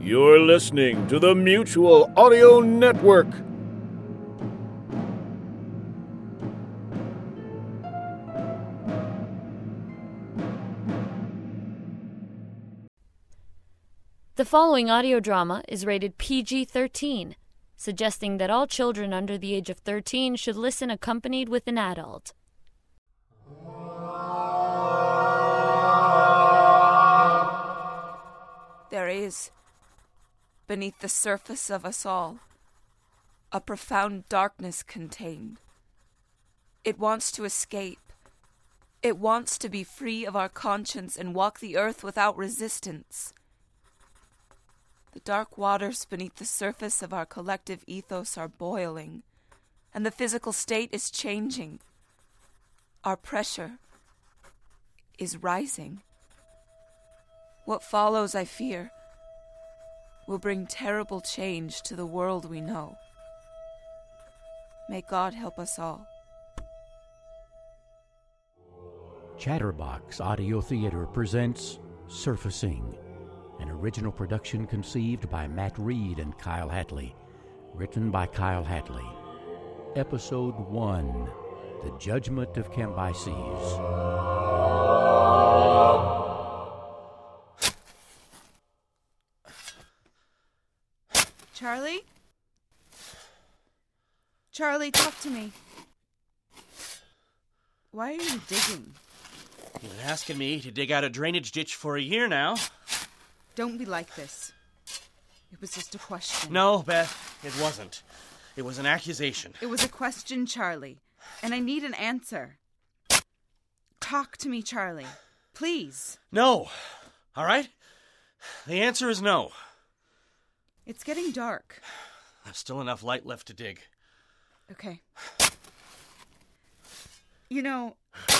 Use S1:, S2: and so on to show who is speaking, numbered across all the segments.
S1: You're listening to the Mutual Audio Network.
S2: The following audio drama is rated PG 13, suggesting that all children under the age of 13 should listen accompanied with an adult.
S3: There is, beneath the surface of us all, a profound darkness contained. It wants to escape. It wants to be free of our conscience and walk the earth without resistance. The dark waters beneath the surface of our collective ethos are boiling, and the physical state is changing. Our pressure is rising. What follows, I fear, will bring terrible change to the world we know. May God help us all.
S4: Chatterbox Audio Theater presents Surfacing, an original production conceived by Matt Reed and Kyle Hatley, written by Kyle Hatley. Episode 1 The Judgment of Cambyses.
S5: Charlie? Charlie, talk to me. Why are you digging?
S6: You've been asking me to dig out a drainage ditch for a year now.
S5: Don't be like this. It was just a question.
S6: No, Beth, it wasn't. It was an accusation.
S5: It was a question, Charlie, and I need an answer. Talk to me, Charlie. Please.
S6: No. All right? The answer is no.
S5: It's getting dark.
S6: There's still enough light left to dig.
S5: Okay. You know,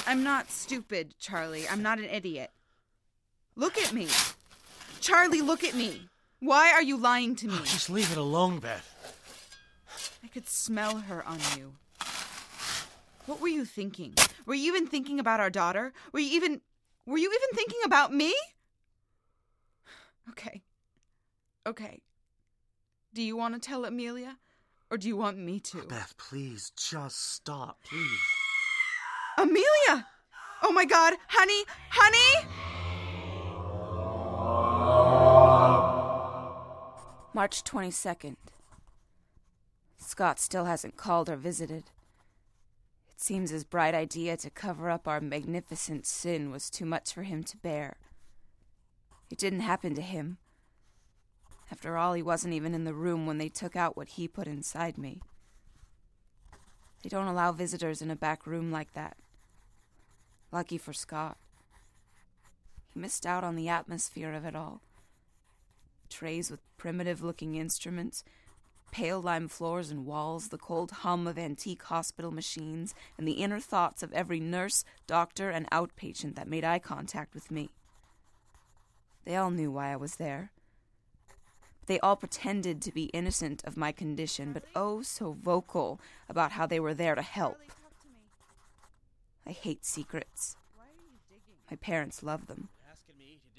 S5: I'm not stupid, Charlie. I'm not an idiot. Look at me. Charlie, look at me. Why are you lying to me?
S6: Just leave it alone, Beth.
S5: I could smell her on you. What were you thinking? Were you even thinking about our daughter? Were you even were you even thinking about me? Okay. Okay. Do you want to tell Amelia or do you want me to?
S6: Beth, please just stop, please.
S5: Amelia! Oh my god, honey, honey!
S3: March 22nd. Scott still hasn't called or visited. It seems his bright idea to cover up our magnificent sin was too much for him to bear. It didn't happen to him. After all, he wasn't even in the room when they took out what he put inside me. They don't allow visitors in a back room like that. Lucky for Scott. He missed out on the atmosphere of it all trays with primitive looking instruments, pale lime floors and walls, the cold hum of antique hospital machines, and the inner thoughts of every nurse, doctor, and outpatient that made eye contact with me. They all knew why I was there. They all pretended to be innocent of my condition, but oh so vocal about how they were there to help. I hate secrets. My parents love them,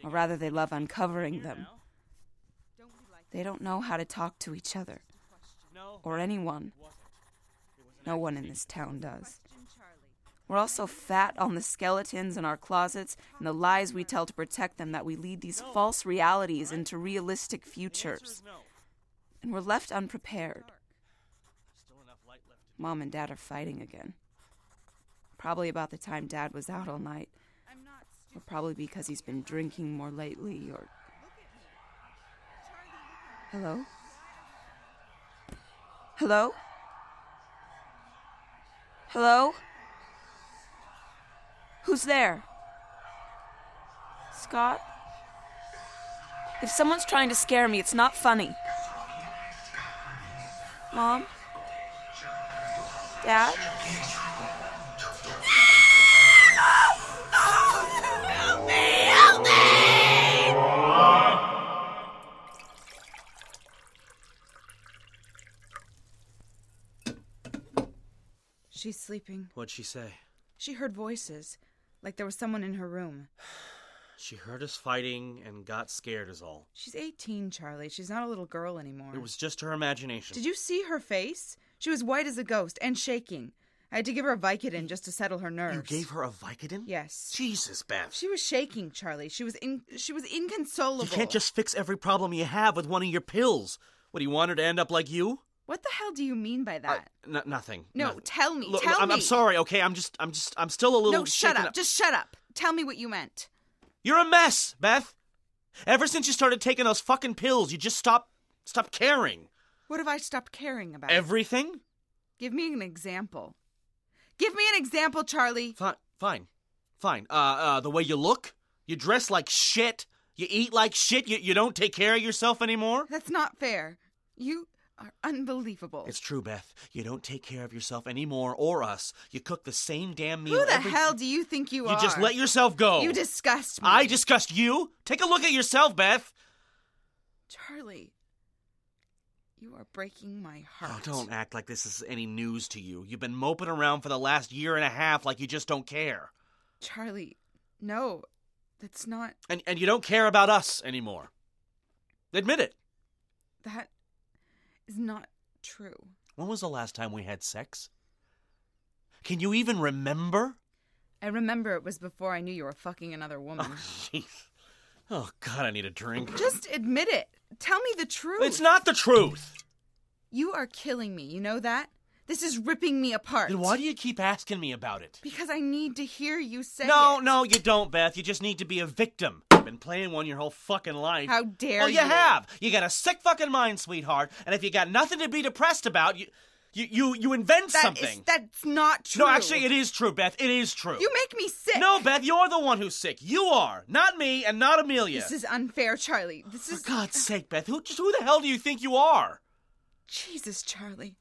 S3: or rather, they love uncovering them. They don't know how to talk to each other or anyone. No one in this town does. We're all so fat on the skeletons in our closets and the lies we tell to protect them that we lead these false realities into realistic futures. And we're left unprepared. Mom and Dad are fighting again. Probably about the time Dad was out all night, or probably because he's been drinking more lately, or. Hello? Hello? Hello? Who's there? Scott? If someone's trying to scare me, it's not funny. Mom? Dad?
S5: She's sleeping.
S6: What'd she say?
S5: She heard voices, like there was someone in her room.
S6: She heard us fighting and got scared, is all.
S5: She's 18, Charlie. She's not a little girl anymore.
S6: It was just her imagination.
S5: Did you see her face? She was white as a ghost and shaking. I had to give her a Vicodin just to settle her nerves.
S6: You gave her a Vicodin?
S5: Yes.
S6: Jesus, Beth.
S5: She was shaking, Charlie. She was in. She was inconsolable.
S6: You can't just fix every problem you have with one of your pills. What do you want her to end up like you?
S5: What the hell do you mean by
S6: I-
S5: that?
S6: no- nothing.
S5: No,
S6: nothing.
S5: tell me,
S6: Look,
S5: tell
S6: I'm,
S5: me.
S6: I'm sorry. Okay, I'm just, I'm just, I'm still a little.
S5: no, shut
S6: shaken
S5: up. Just shut up. Tell me what you meant.
S6: You're a mess, Beth. Ever since you started taking those fucking pills, you just stop, stop caring.
S5: What have I stopped caring about?
S6: Everything.
S5: Give me an example. Give me an example, Charlie.
S6: Fine, fine, fine. Uh, uh, the way you look, you dress like shit, you eat like shit, you, you don't take care of yourself anymore.
S5: That's not fair. You are unbelievable.
S6: It's true, Beth. You don't take care of yourself anymore or us. You cook the same damn meal.
S5: Who the
S6: every-
S5: hell do you think you,
S6: You
S5: are?
S6: just let yourself go.
S5: You disgust me.
S6: I discussed you. Take a look at yourself, Beth.
S5: Charlie, you are breaking my heart.
S6: Oh, don't act like this is any news to you. You've been moping around for the last year and a half like you just don't care.
S5: Charlie, no, that's not
S6: And and you don't care about us anymore. Admit it.
S5: that is not true.
S6: When was the last time we had sex? Can you even remember?
S5: I remember it was before I knew you were fucking another woman.
S6: Oh, jeez. Oh, God, I need a drink.
S5: Just admit it. Tell me the truth.
S6: It's not the truth.
S5: You are killing me. You know that? This is ripping me apart.
S6: Then why do you keep asking me about it?
S5: Because I need to hear you say
S6: No,
S5: it.
S6: no, you don't, Beth. You just need to be a victim. You've been playing one your whole fucking life.
S5: How dare
S6: Oh, you
S5: you.
S6: have. You got a sick fucking mind, sweetheart. And if you got nothing to be depressed about, you you you, you invent
S5: That is-
S6: something.
S5: that's not true.
S6: No, actually, it is true, Beth. It is true.
S5: You make me sick.
S6: No, Beth, you're the one who's sick. You are, not me, and not Amelia.
S5: This is unfair, Charlie. This
S6: For
S5: is
S6: God's sake, Beth, who just who the hell do you think you are?
S5: Jesus, Charlie.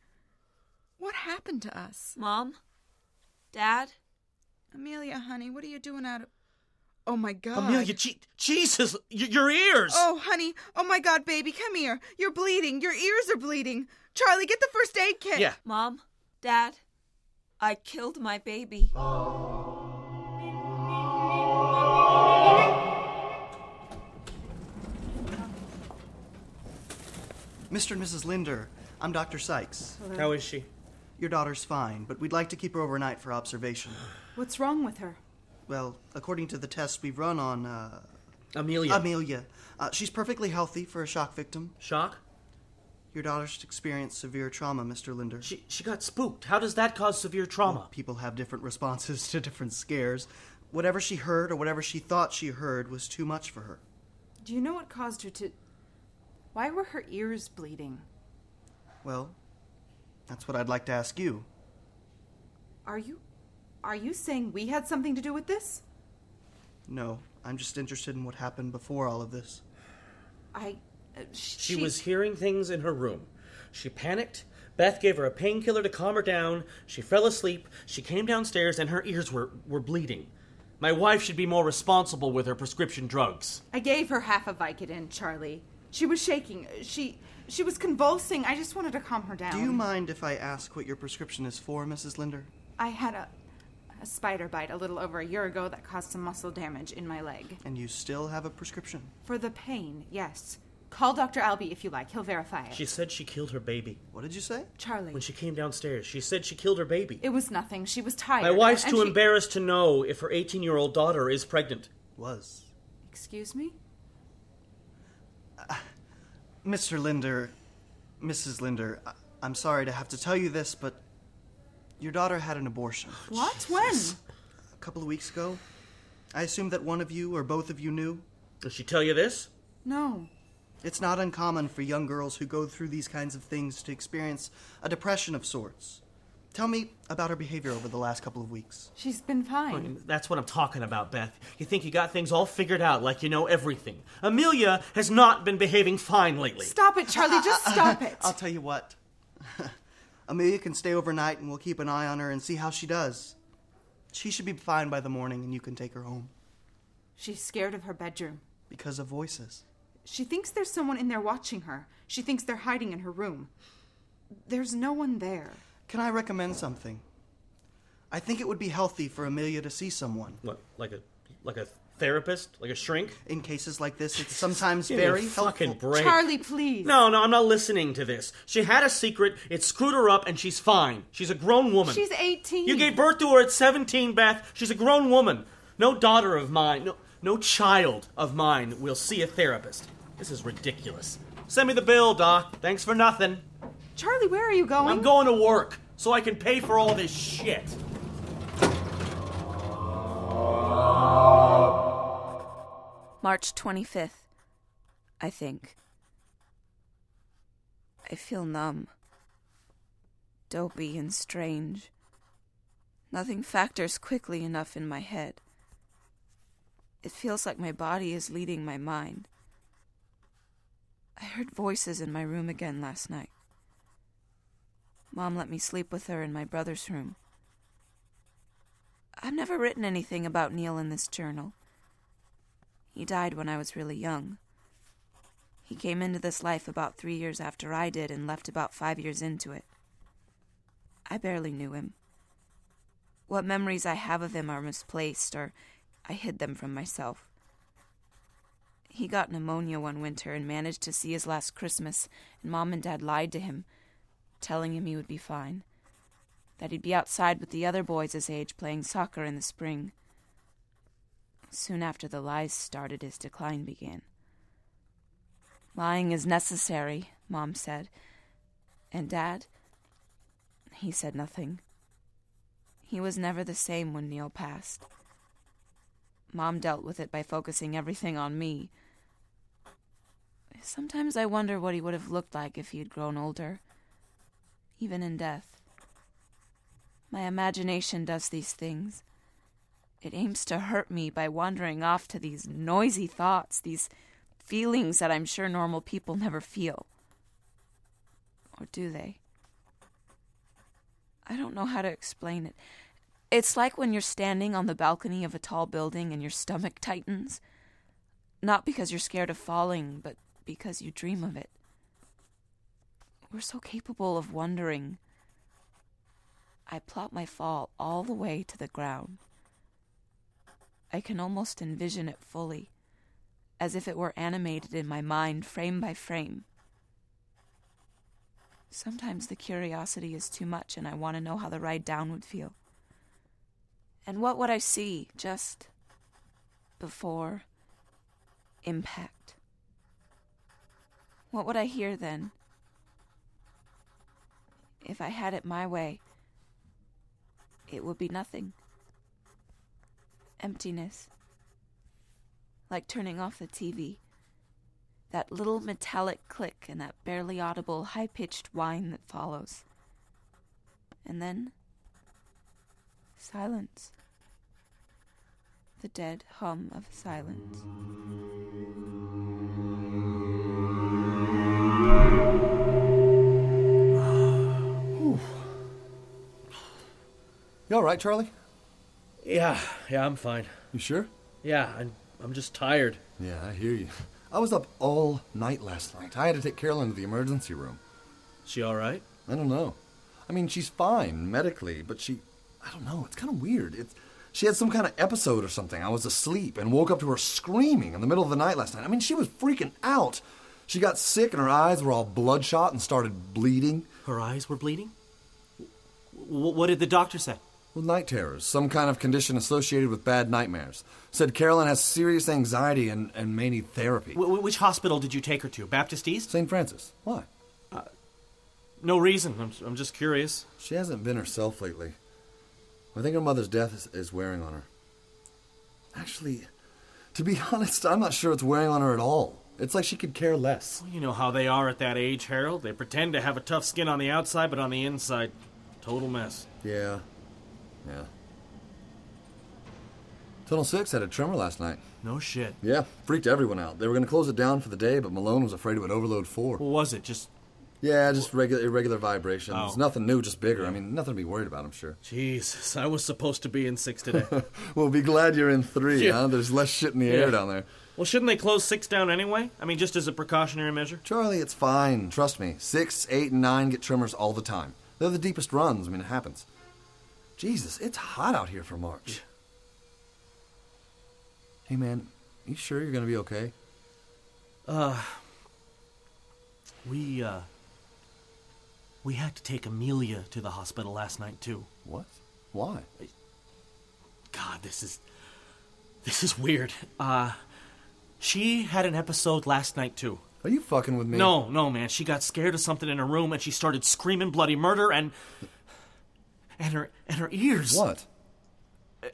S5: What happened to us?
S7: Mom? Dad?
S5: Amelia, honey, what are you doing out of. Oh my god.
S6: Amelia, Je- Jesus, y- your ears.
S5: Oh, honey. Oh my god, baby, come here. You're bleeding. Your ears are bleeding. Charlie, get the first aid kit.
S6: yeah.
S7: Mom? Dad? I killed my baby.
S8: Mr. and Mrs. Linder, I'm Dr. Sykes.
S6: How is she?
S8: Your daughter's fine, but we'd like to keep her overnight for observation.
S9: What's wrong with her?
S8: Well, according to the tests we've run on uh,
S6: Amelia.
S8: Amelia, uh, she's perfectly healthy for a shock victim.
S6: Shock.
S8: Your daughter's experienced severe trauma, Mr. Linder.
S6: She she got spooked. How does that cause severe trauma?
S8: People have different responses to different scares. Whatever she heard or whatever she thought she heard was too much for her.
S9: Do you know what caused her to. Why were her ears bleeding?
S8: Well, that's what I'd like to ask you.
S9: Are you. Are you saying we had something to do with this?
S8: No, I'm just interested in what happened before all of this.
S9: I. Uh, sh-
S6: She was hearing things in her room. She panicked. Beth gave her a painkiller to calm her down. She fell asleep. She came downstairs and her ears were, were bleeding. My wife should be more responsible with her prescription drugs.
S9: I gave her half a Vicodin, Charlie. She was shaking. She. She was convulsing. I just wanted to calm her down.
S8: Do you mind if I ask what your prescription is for, Mrs. Linder?
S9: I had a. A spider bite a little over a year ago that caused some muscle damage in my leg.
S8: And you still have a prescription?
S9: For the pain, yes. Call Dr. Albee if you like. He'll verify it.
S6: She said she killed her baby.
S8: What did you say?
S9: Charlie.
S6: When she came downstairs, she said she killed her baby.
S9: It was nothing. She was tired.
S6: My wife's
S9: and
S6: too
S9: she-
S6: embarrassed to know if her 18 year old daughter is pregnant.
S8: Was.
S9: Excuse me?
S8: Mr. Linder, Mrs. Linder, I- I'm sorry to have to tell you this, but your daughter had an abortion
S9: What? When?
S8: a couple of weeks ago. I assume that one of you or both of you knew.
S6: Did she tell you this?
S9: No.
S8: It's not uncommon for young girls who go through these kinds of things to experience a depression of sorts. Tell me about her behavior over the last couple of weeks.
S9: She's been fine.
S6: That's what I'm talking about, Beth. You think you got things all figured out like you know everything. Amelia has not been behaving fine lately.
S9: Stop it, Charlie. Just stop it.
S8: I'll tell you what. Amelia can stay overnight and we'll keep an eye on her and see how she does. She should be fine by the morning and you can take her home
S9: She's scared of her bedroom.
S8: because of voices.
S9: She thinks there's someone in there watching her. She thinks they're hiding in her room. There's no one there.
S8: Can I recommend something? I think it would be healthy for Amelia to see someone.
S6: What, like a like a therapist, like a shrink.
S8: In cases like this, it's sometimes
S6: Give me a
S8: very
S6: fucking
S8: helpful.
S6: break.
S9: Charlie, please.
S6: No, no, I'm not listening to this. She had a secret. It screwed her up, and she's fine. She's a grown woman.
S9: She's 18.
S6: You gave birth to her at 17, Beth. She's a grown woman. No daughter of mine, no, no child of mine will see a therapist. This is ridiculous. Send me the bill, Doc. Thanks for nothing.
S9: Charlie, where are you going?
S6: I'm going to work so I can pay for all this shit.
S3: March 25th, I think. I feel numb, dopey, and strange. Nothing factors quickly enough in my head. It feels like my body is leading my mind. I heard voices in my room again last night. Mom let me sleep with her in my brother's room. I've never written anything about Neil in this journal. He died when I was really young. He came into this life about three years after I did and left about five years into it. I barely knew him. What memories I have of him are misplaced, or I hid them from myself. He got pneumonia one winter and managed to see his last Christmas, and Mom and Dad lied to him, telling him he would be fine, that he'd be outside with the other boys his age playing soccer in the spring. Soon after the lies started, his decline began. Lying is necessary, Mom said. And Dad? He said nothing. He was never the same when Neil passed. Mom dealt with it by focusing everything on me. Sometimes I wonder what he would have looked like if he had grown older, even in death. My imagination does these things. It aims to hurt me by wandering off to these noisy thoughts, these feelings that I'm sure normal people never feel. Or do they? I don't know how to explain it. It's like when you're standing on the balcony of a tall building and your stomach tightens. Not because you're scared of falling, but because you dream of it. We're so capable of wondering. I plot my fall all the way to the ground. I can almost envision it fully, as if it were animated in my mind frame by frame. Sometimes the curiosity is too much, and I want to know how the ride down would feel. And what would I see just before impact? What would I hear then? If I had it my way, it would be nothing emptiness. Like turning off the TV. That little metallic click and that barely audible high pitched whine that follows. And then. silence. The dead hum of silence.
S8: You all right, Charlie?
S6: Yeah, yeah, I'm fine.
S10: You sure?
S6: Yeah, I'm, I'm just tired.
S10: Yeah, I hear you. I was up all night last night. I had to take Carolyn to the emergency room.
S6: She all right?
S10: I don't know. I mean, she's fine medically, but she. I don't know. It's kind of weird. It's, she had some kind of episode or something. I was asleep and woke up to her screaming in the middle of the night last night. I mean, she was freaking out. She got sick and her eyes were all bloodshot and started bleeding.
S6: Her eyes were bleeding? W- what did the doctor say?
S10: Well, night terrors, some kind of condition associated with bad nightmares. Said Carolyn has serious anxiety and, and may need therapy.
S6: W- which hospital did you take her to? Baptist East? Uh,
S10: St. Francis. Why?
S6: No reason. I'm, I'm just curious.
S10: She hasn't been herself lately. I think her mother's death is, is wearing on her. Actually, to be honest, I'm not sure it's wearing on her at all. It's like she could care less.
S6: Well, you know how they are at that age, Harold. They pretend to have a tough skin on the outside, but on the inside, total mess.
S10: Yeah. Yeah. Tunnel 6 had a tremor last night.
S6: No shit.
S10: Yeah, freaked everyone out. They were going to close it down for the day, but Malone was afraid it would overload 4.
S6: What was it? Just
S10: Yeah, just regular irregular vibrations.
S6: Oh.
S10: Nothing new, just bigger. I mean, nothing to be worried about, I'm sure.
S6: Jesus, I was supposed to be in six today.
S10: We'll be glad you're in three,
S6: Yeah.
S10: huh? There's less shit in the
S6: Yeah.
S10: air down there.
S6: well, shouldn't they close six down anyway? I mean, just as a precautionary measure.
S10: Charlie, it's fine. Trust me. Six, eight, and nine get tremors all the time. They're the deepest runs. I mean, it happens. Jesus, it's hot out here for March. Hey, man, you sure you're gonna be okay?
S6: Uh, we, uh, we had to take Amelia to the hospital last night, too.
S10: What? Why?
S6: God, this is. This is weird. Uh, she had an episode last night, too.
S10: Are you fucking with me?
S6: No, no, man. She got scared of something in her room and she started screaming bloody murder and. and her. and her ears. Uh,
S10: What?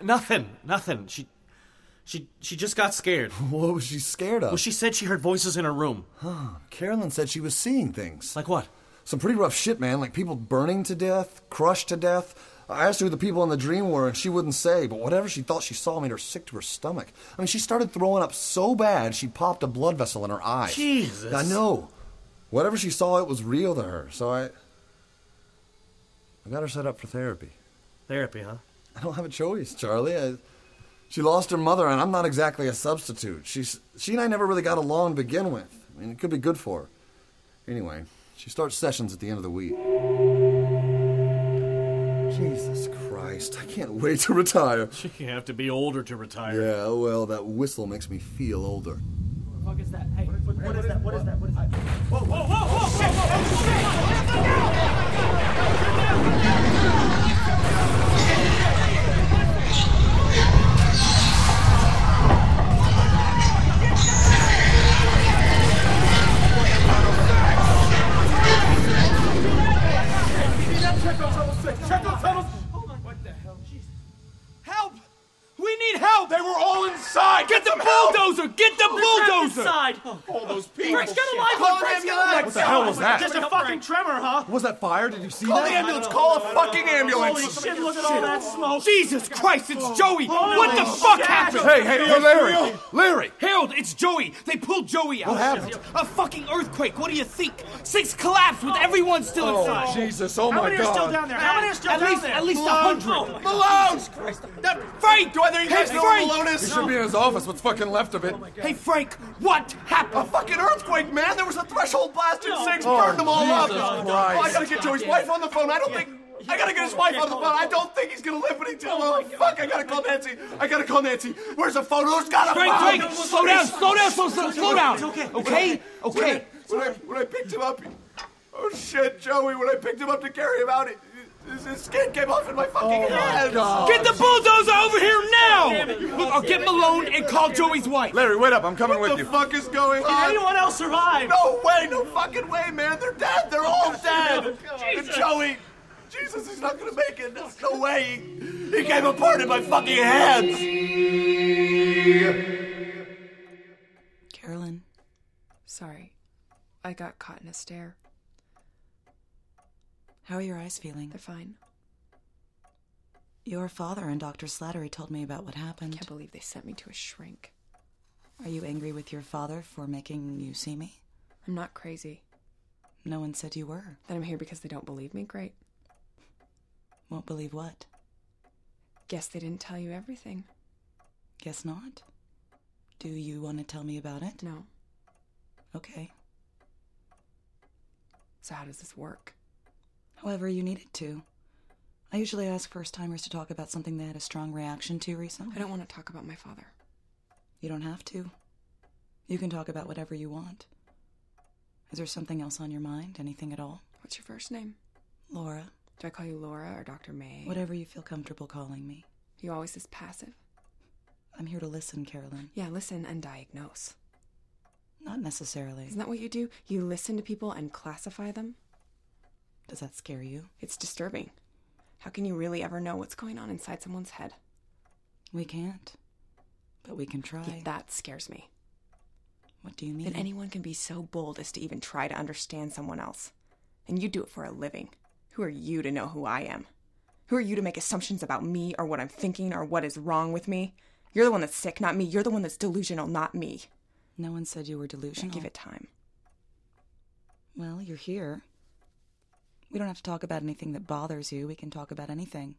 S6: Nothing, nothing. She. She, she just got scared.
S10: What was she scared of?
S6: Well, she said she heard voices in her room.
S10: Huh. Carolyn said she was seeing things.
S6: Like what?
S10: Some pretty rough shit, man. Like people burning to death, crushed to death. I asked her who the people in the dream were, and she wouldn't say, but whatever she thought she saw made her sick to her stomach. I mean, she started throwing up so bad she popped a blood vessel in her eye.
S6: Jesus.
S10: I know. Whatever she saw, it was real to her, so I. I got her set up for therapy.
S6: Therapy, huh?
S10: I don't have a choice, Charlie. I, she lost her mother, and I'm not exactly a substitute. She's, she and I never really got along to begin with. I mean, it could be good for her. Anyway, she starts sessions at the end of the week. Jesus Christ, I can't wait to retire.
S6: You have to be older to retire.
S10: Yeah, well, that whistle makes me feel older.
S6: What the fuck is that? Hey, what is that? What is that? What is that?
S11: Whoa, whoa, whoa, whoa,
S12: Help! We need help! They were all inside! Get the bulldozer! Get the bulldozer! All those people!
S11: Frick's got a live one! Frick's got a live
S10: What the hell was that?
S6: Just a fucking tremor, huh?
S10: Was that fire? Did you see
S12: Call
S10: that?
S12: the ambulance! Call a fucking ambulance!
S6: Holy shit, look at all that smoke!
S12: Jesus Christ, it's Joey! what the
S6: shit.
S12: fuck happened?
S10: Hey, hey, hey, Larry! Larry!
S12: Harold, it's Joey! They pulled Joey out!
S10: What happened?
S12: A fucking earthquake! What do you think? Six collapsed with everyone still inside!
S10: Jesus, oh
S6: How many are still down there? How many are still
S12: at
S6: down
S12: least,
S6: there? Oh,
S12: At least a hundred! Malone!
S6: That
S12: Frank!
S6: Whether you
S12: Hey,
S6: guys know where
S12: Frank!
S6: Malone
S10: He
S6: is?
S10: should be in his office, what's fucking left of it.
S12: Hey, Frank, what happened?
S10: A fucking earthquake, man! There was a threshold blast in six,
S12: Oh,
S10: burned them all up!
S12: Jesus
S10: Oh,
S12: Christ.
S10: I gotta get Joey's wife on the phone. I don't think. I gotta get his wife on the phone. I don't think he's gonna live, but he did. Oh, fuck, I gotta call Nancy. I gotta call Nancy. Where's the phone? Who's got a
S12: Frank,
S10: phone?
S12: Frank, slow down, slow down, slow, slow, slow down. Okay, okay.
S10: When I, when I picked him up, oh shit, Joey, when I picked him up to carry him out, it, his, his skin came off in my fucking
S12: Oh
S13: Oh,
S10: hand.
S12: Get the bulldozer over here now! Look, I'll get Malone and call Joey's wife.
S11: Larry, wait up. I'm coming
S10: What
S11: with
S10: the
S11: you.
S10: fuck is going
S6: Did
S10: on?
S6: anyone else survive?
S10: No way, no fucking way, man. They're dead. They're all dead. And Joey, Jesus, he's not gonna make it. There's no way. He, he came apart in my fucking hands.
S14: Carolyn, sorry. I got caught in a stare.
S15: How are your eyes feeling?
S14: They're fine.
S15: Your father and Dr. Slattery told me about what happened.
S14: Can't believe they sent me to a shrink.
S15: Are you angry with your father for making you see me?
S14: I'm not crazy.
S15: No one said you were.
S14: That I'm here because they don't believe me? Great.
S15: Won't believe what?
S14: Guess they didn't tell you everything.
S15: Guess not. Do you want to tell me about it?
S14: No.
S15: Okay.
S14: So how does this work?
S15: However, you needed to. I usually ask first timers to talk about something they had a strong reaction to recently.
S14: I don't want to talk about my father.
S15: You don't have to. You can talk about whatever you want. Is there something else on your mind? Anything at all?
S14: What's your first name?
S15: Laura,
S14: Do I call you Laura or Dr. May?
S15: whatever you feel comfortable calling me.
S14: You always this passive.
S15: I'm here to listen, Carolyn.
S14: Yeah, listen and diagnose.
S15: Not necessarily.
S14: Isn't that what you do? You listen to people and classify them?
S15: Does that scare you?
S14: It's disturbing. How can you really ever know what's going on inside someone's head?
S15: We can't. But we can try.
S14: Yeah, that scares me.
S15: What do you mean?
S14: That anyone can be so bold as to even try to understand someone else. And you do it for a living. Who are you to know who I am? Who are you to make assumptions about me or what I'm thinking or what is wrong with me? You're the one that's sick, not me. You're the one that's delusional, not me.
S15: No one said you were
S14: Yeah,
S15: delusional.
S14: give it time.
S15: Well, you're here. We don't have to talk about anything that bothers you. We can talk about anything.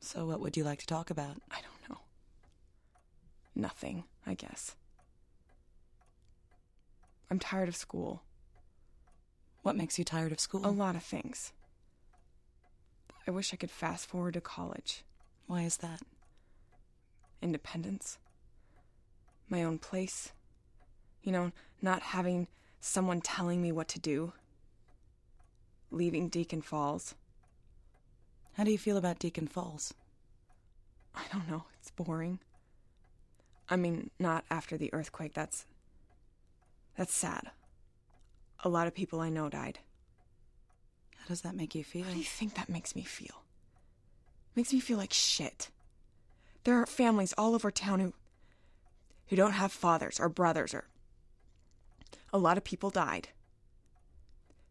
S15: So, what would you like to talk about?
S14: I don't know. Nothing, I guess. I'm tired of school.
S15: What makes you tired of school?
S14: A lot of things. I wish I could fast forward to college.
S15: Why is that?
S14: independence, my own place. You know, not having someone telling me what to do. Leaving Deacon Falls.
S15: How do you feel about Deacon Falls?
S14: I don't know, it's boring. I mean, not after the earthquake, that's. that's sad. A lot of people I know died.
S15: How does that make you feel?
S14: How do you think that makes me feel? Makes me feel like shit. There are families all over town who who don't have fathers or brothers or a lot of people died.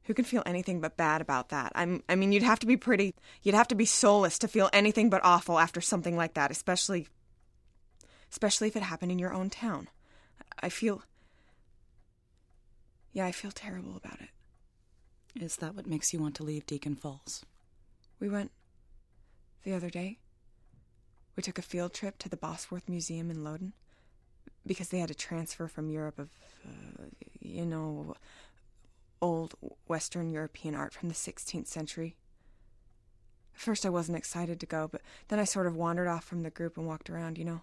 S14: Who can feel anything but bad about that? I'm I mean you'd have to be pretty you'd have to be soulless to feel anything but awful after something like that, especially especially if it happened in your own town. I feel Yeah, I feel terrible about it.
S15: Is that what makes you want to leave Deacon Falls?
S14: We went the other day. We took a field trip to the Bosworth Museum in Loudon because they had a transfer from Europe of, uh, you know, old Western European art from the 16th century. At first, I wasn't excited to go, but then I sort of wandered off from the group and walked around, you know,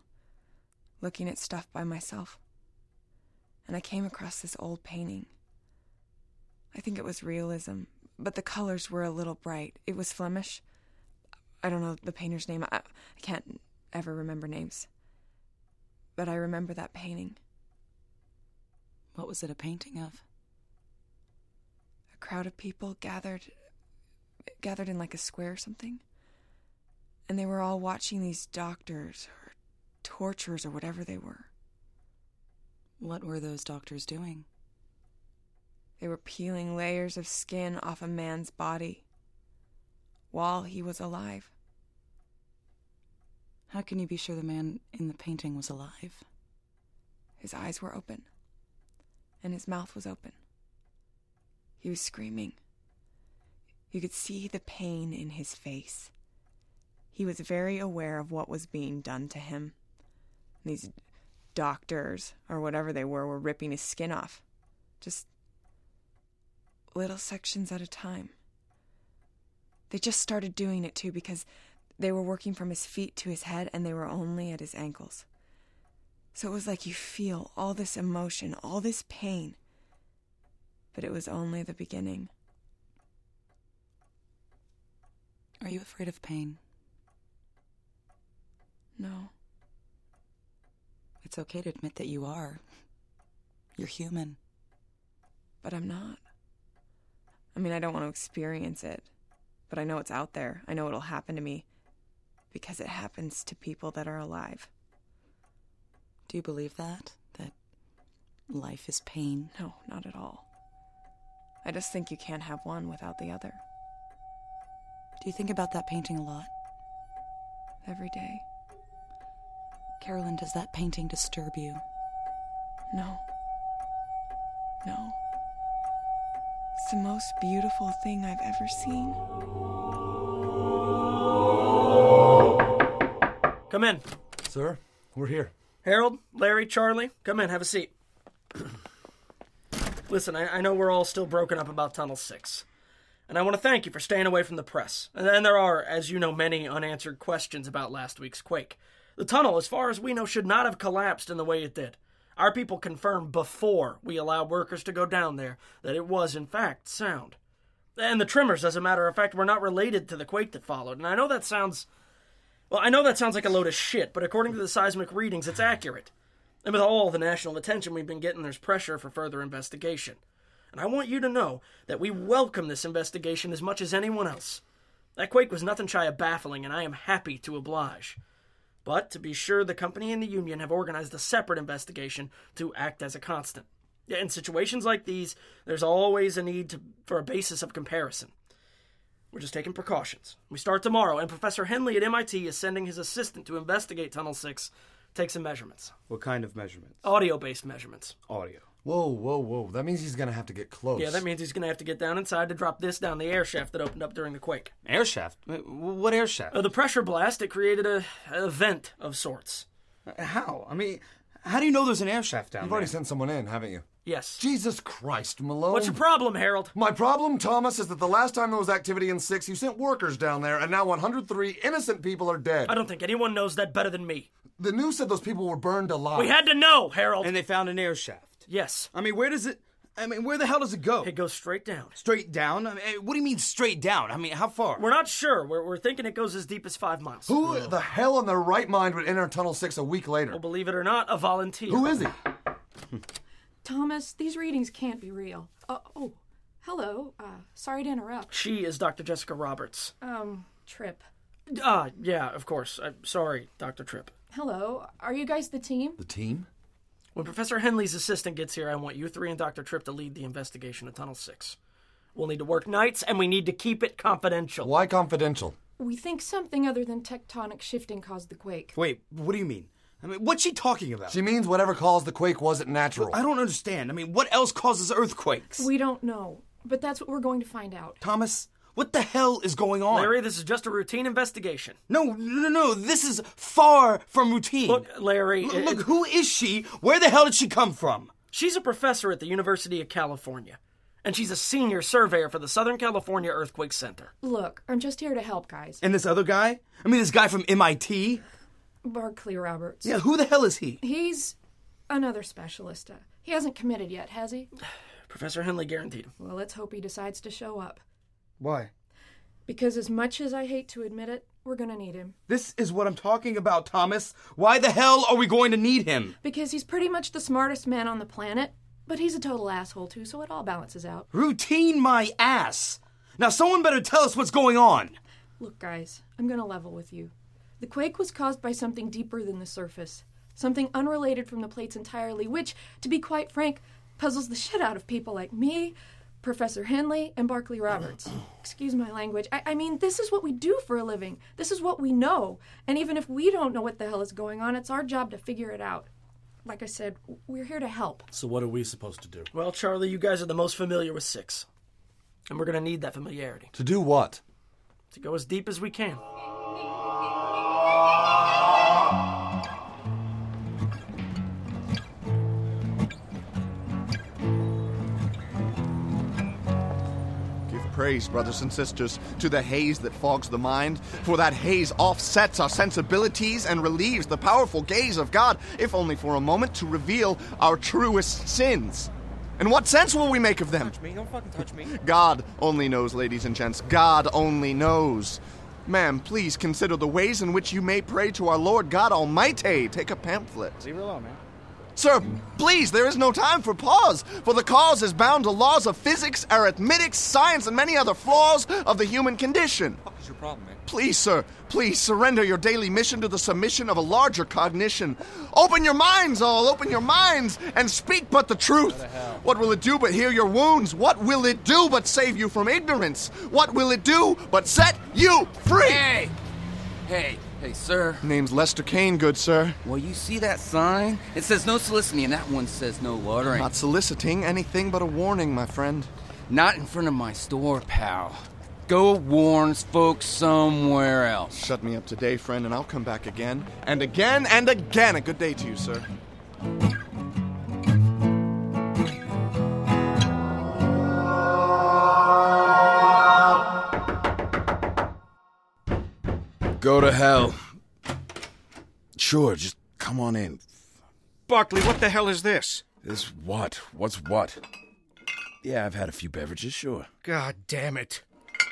S14: looking at stuff by myself. And I came across this old painting. I think it was realism, but the colors were a little bright. It was Flemish. I don't know the painter's name. I, I can't ever remember names. But I remember that painting.
S15: What was it a painting of?
S14: A crowd of people gathered gathered in like a square or something. And they were all watching these doctors or torturers or whatever they were.
S15: What were those doctors doing?
S14: They were peeling layers of skin off a man's body while he was alive.
S15: How can you be sure the man in the painting was alive?
S14: His eyes were open, and his mouth was open. He was screaming. You could see the pain in his face. He was very aware of what was being done to him. These doctors, or whatever they were, were ripping his skin off. Just little sections at a time. They just started doing it too because they were working from his feet to his head and they were only at his ankles. So it was like you feel all this emotion, all this pain. But it was only the beginning.
S15: Are you afraid of pain?
S14: No.
S15: It's okay to admit that you are. You're human.
S14: But I'm not. I mean, I don't want to experience it, but I know it's out there. I know it'll happen to me because it happens to people that are alive.
S15: Do you believe that? That life is pain?
S14: No, not at all. I just think you can't have one without the other.
S15: Do you think about that painting a lot?
S14: Every day.
S15: Carolyn, does that painting disturb you?
S14: No. No. It's the most beautiful thing I've ever seen.
S13: Come in.
S10: Sir, we're here.
S13: Harold, Larry, Charlie, come in, have a seat. Listen, I, I know we're all still broken up about Tunnel 6. And I want to thank you for staying away from the press. And, and there are, as you know, many unanswered questions about last week's quake. The tunnel, as far as we know, should not have collapsed in the way it did. Our people confirmed before we allowed workers to go down there that it was, in fact, sound. And the tremors, as a matter of fact, were not related to the quake that followed. And I know that sounds. Well, I know that sounds like a load of shit, but according to the seismic readings, it's accurate. And with all the national attention we've been getting, there's pressure for further investigation. And I want you to know that we welcome this investigation as much as anyone else. That quake was nothing shy of baffling, and I am happy to oblige. But to be sure, the company and the union have organized a separate investigation to act as a constant. Yeah, In situations like these, there's always a need to, for a basis of comparison. We're just taking precautions. We start tomorrow, and Professor Henley at MIT is sending his assistant to investigate Tunnel 6, take some measurements,
S12: What kind of measurement?
S13: audio based measurements.
S12: Audio.
S10: Whoa, whoa, whoa. That means he's going to have to get close.
S13: Yeah, that means he's going to have to get down inside to drop this down the air shaft that opened up during the quake.
S12: Air shaft? Wh- What air shaft?
S13: Uh, the pressure blast, it created a, a vent of sorts.
S12: Uh, How? I mean, how do you know there's an air shaft down
S10: You've
S12: there?
S10: already sent someone in, haven't you?
S13: Yes.
S10: Jesus Christ, Malone.
S13: What's your problem, Harold?
S10: My problem, Thomas, is that the last time there was activity in 6, you sent workers down there, and now 103 innocent people are dead.
S13: I don't think anyone knows that better than me.
S10: The news said those people were burned alive.
S13: We had to know, Harold.
S12: And they found an air shaft.
S13: Yes.
S12: I mean, where does it? I mean, where the hell does it go?
S13: It goes straight down.
S12: Straight down? I mean, what do you mean straight down? I mean, how far?
S13: We're not sure. We're, we're thinking it goes as deep as five miles.
S10: Who the hell in their right mind would enter Tunnel 6 a week later?
S13: Well, believe it or not, a volunteer.
S10: Who is he?
S16: Thomas, these readings can't be real. Uh, oh, hello. Uh, sorry to interrupt.
S13: She is Dr. Jessica Roberts.
S16: Um, Trip.
S13: Ah, yeah, of course. I'm sorry, Dr. Tripp.
S16: Hello. Are you guys the team?
S10: The team?
S13: When Professor Henley's assistant gets here, I want you three and Dr. Tripp to lead the investigation of Tunnel 6. We'll need to work nights, and we need to keep it confidential.
S10: Why confidential?
S16: We think something other than tectonic shifting caused the quake.
S12: Wait, what do you mean? I mean, what's she talking about?
S10: She means whatever caused the quake wasn't natural.
S12: I don't understand. I mean, what else causes earthquakes?
S16: We don't know, but that's what we're going to find out.
S12: Thomas, what the hell is going on?
S13: Larry, this is just a routine investigation.
S12: No, no, no, no. This is far from routine.
S13: Look, Larry.
S12: L-
S13: it-
S12: look, who is she? Where the hell did she come from?
S13: She's a professor at the University of California, and she's a senior surveyor for the Southern California Earthquake Center.
S16: Look, I'm just here to help, guys.
S12: And this other guy? I mean, this guy from MIT?
S16: Barclay Roberts.
S12: Yeah, who the hell is he?
S16: He's another specialist. Uh, he hasn't committed yet, has he?
S13: Professor Henley guaranteed him.
S16: Well, let's hope he decides to show up.
S12: Why?
S16: Because as much as I hate to admit it, we're gonna need him.
S12: This is what I'm talking about, Thomas. Why the hell are we going to need him?
S16: Because he's pretty much the smartest man on the planet, but he's a total asshole too, so it all balances out.
S12: Routine my ass. Now, someone better tell us what's going on.
S16: Look, guys, I'm gonna level with you. The quake was caused by something deeper than the surface, something unrelated from the plates entirely, which, to be quite frank, puzzles the shit out of people like me, Professor Henley, and Barclay Roberts. Excuse my language. I, I mean, this is what we do for a living. This is what we know. And even if we don't know what the hell is going on, it's our job to figure it out. Like I said, w- we're here to help.
S17: So what are we supposed to do?
S13: Well, Charlie, you guys are the most familiar with six, and we're gonna need that familiarity
S10: To do what?
S13: to go as deep as we can.
S18: Give praise, brothers and sisters, to the haze that fogs the mind, for that haze offsets our sensibilities and relieves the powerful gaze of God, if only for a moment, to reveal our truest sins. And what sense will we make of them?
S12: me. Don't fucking touch me.
S18: God only knows, ladies and gents. God only knows. Ma'am, please consider the ways in which you may pray to our Lord God Almighty. Take a pamphlet.
S12: Leave her alone, man.
S18: Sir, please, there is no time for pause, for the cause is bound to laws of physics, arithmetic, science, and many other flaws of the human condition.
S12: What's your problem, man?
S18: Please, sir, please surrender your daily mission to the submission of a larger cognition. Open your minds, all, open your minds, and speak but the truth. What will it do but heal your wounds? What will it do but save you from ignorance? What will it do but set you free?
S12: Hey! Hey, hey, sir.
S18: Name's Lester Kane, good sir.
S12: Well, you see that sign? It says no soliciting, and that one says no loitering.
S18: Not soliciting anything but a warning, my friend.
S12: Not in front of my store, pal. Go warn folks somewhere else.
S18: Shut me up today, friend, and I'll come back again, and again, and again. A good day to you, sir.
S17: Go to hell. Sure, just come on in.
S19: Barkley, what the hell is this?
S17: This what? What's what? Yeah, I've had a few beverages, sure.
S19: God damn it.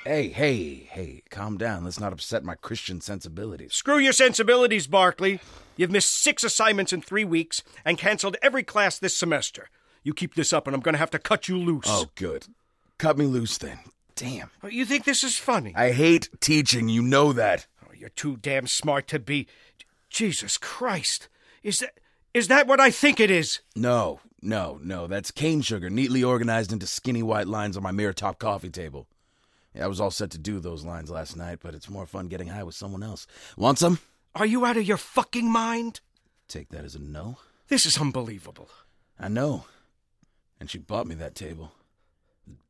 S17: Hey, hey, hey, calm down. Let's not upset my Christian sensibilities.
S19: Screw your sensibilities, Barkley. You've missed six assignments in three weeks and canceled every class this semester. You keep this up, and I'm going to have to cut you loose. Oh,
S17: Oh, good. Cut me loose then. Damn.
S19: You think this is funny?
S17: I hate teaching, you know that.
S19: Oh, you're too damn smart to be. Jesus Christ. Is that. Is that what I think it is?
S17: No, no, no. That's cane sugar, neatly organized into skinny white lines on my mirror top coffee table. Yeah, I was all set to do those lines last night, but it's more fun getting high with someone else. Want some?
S19: Are you out of your fucking mind?
S17: Take that as a no.
S19: This is unbelievable.
S17: I know. And she bought me that table.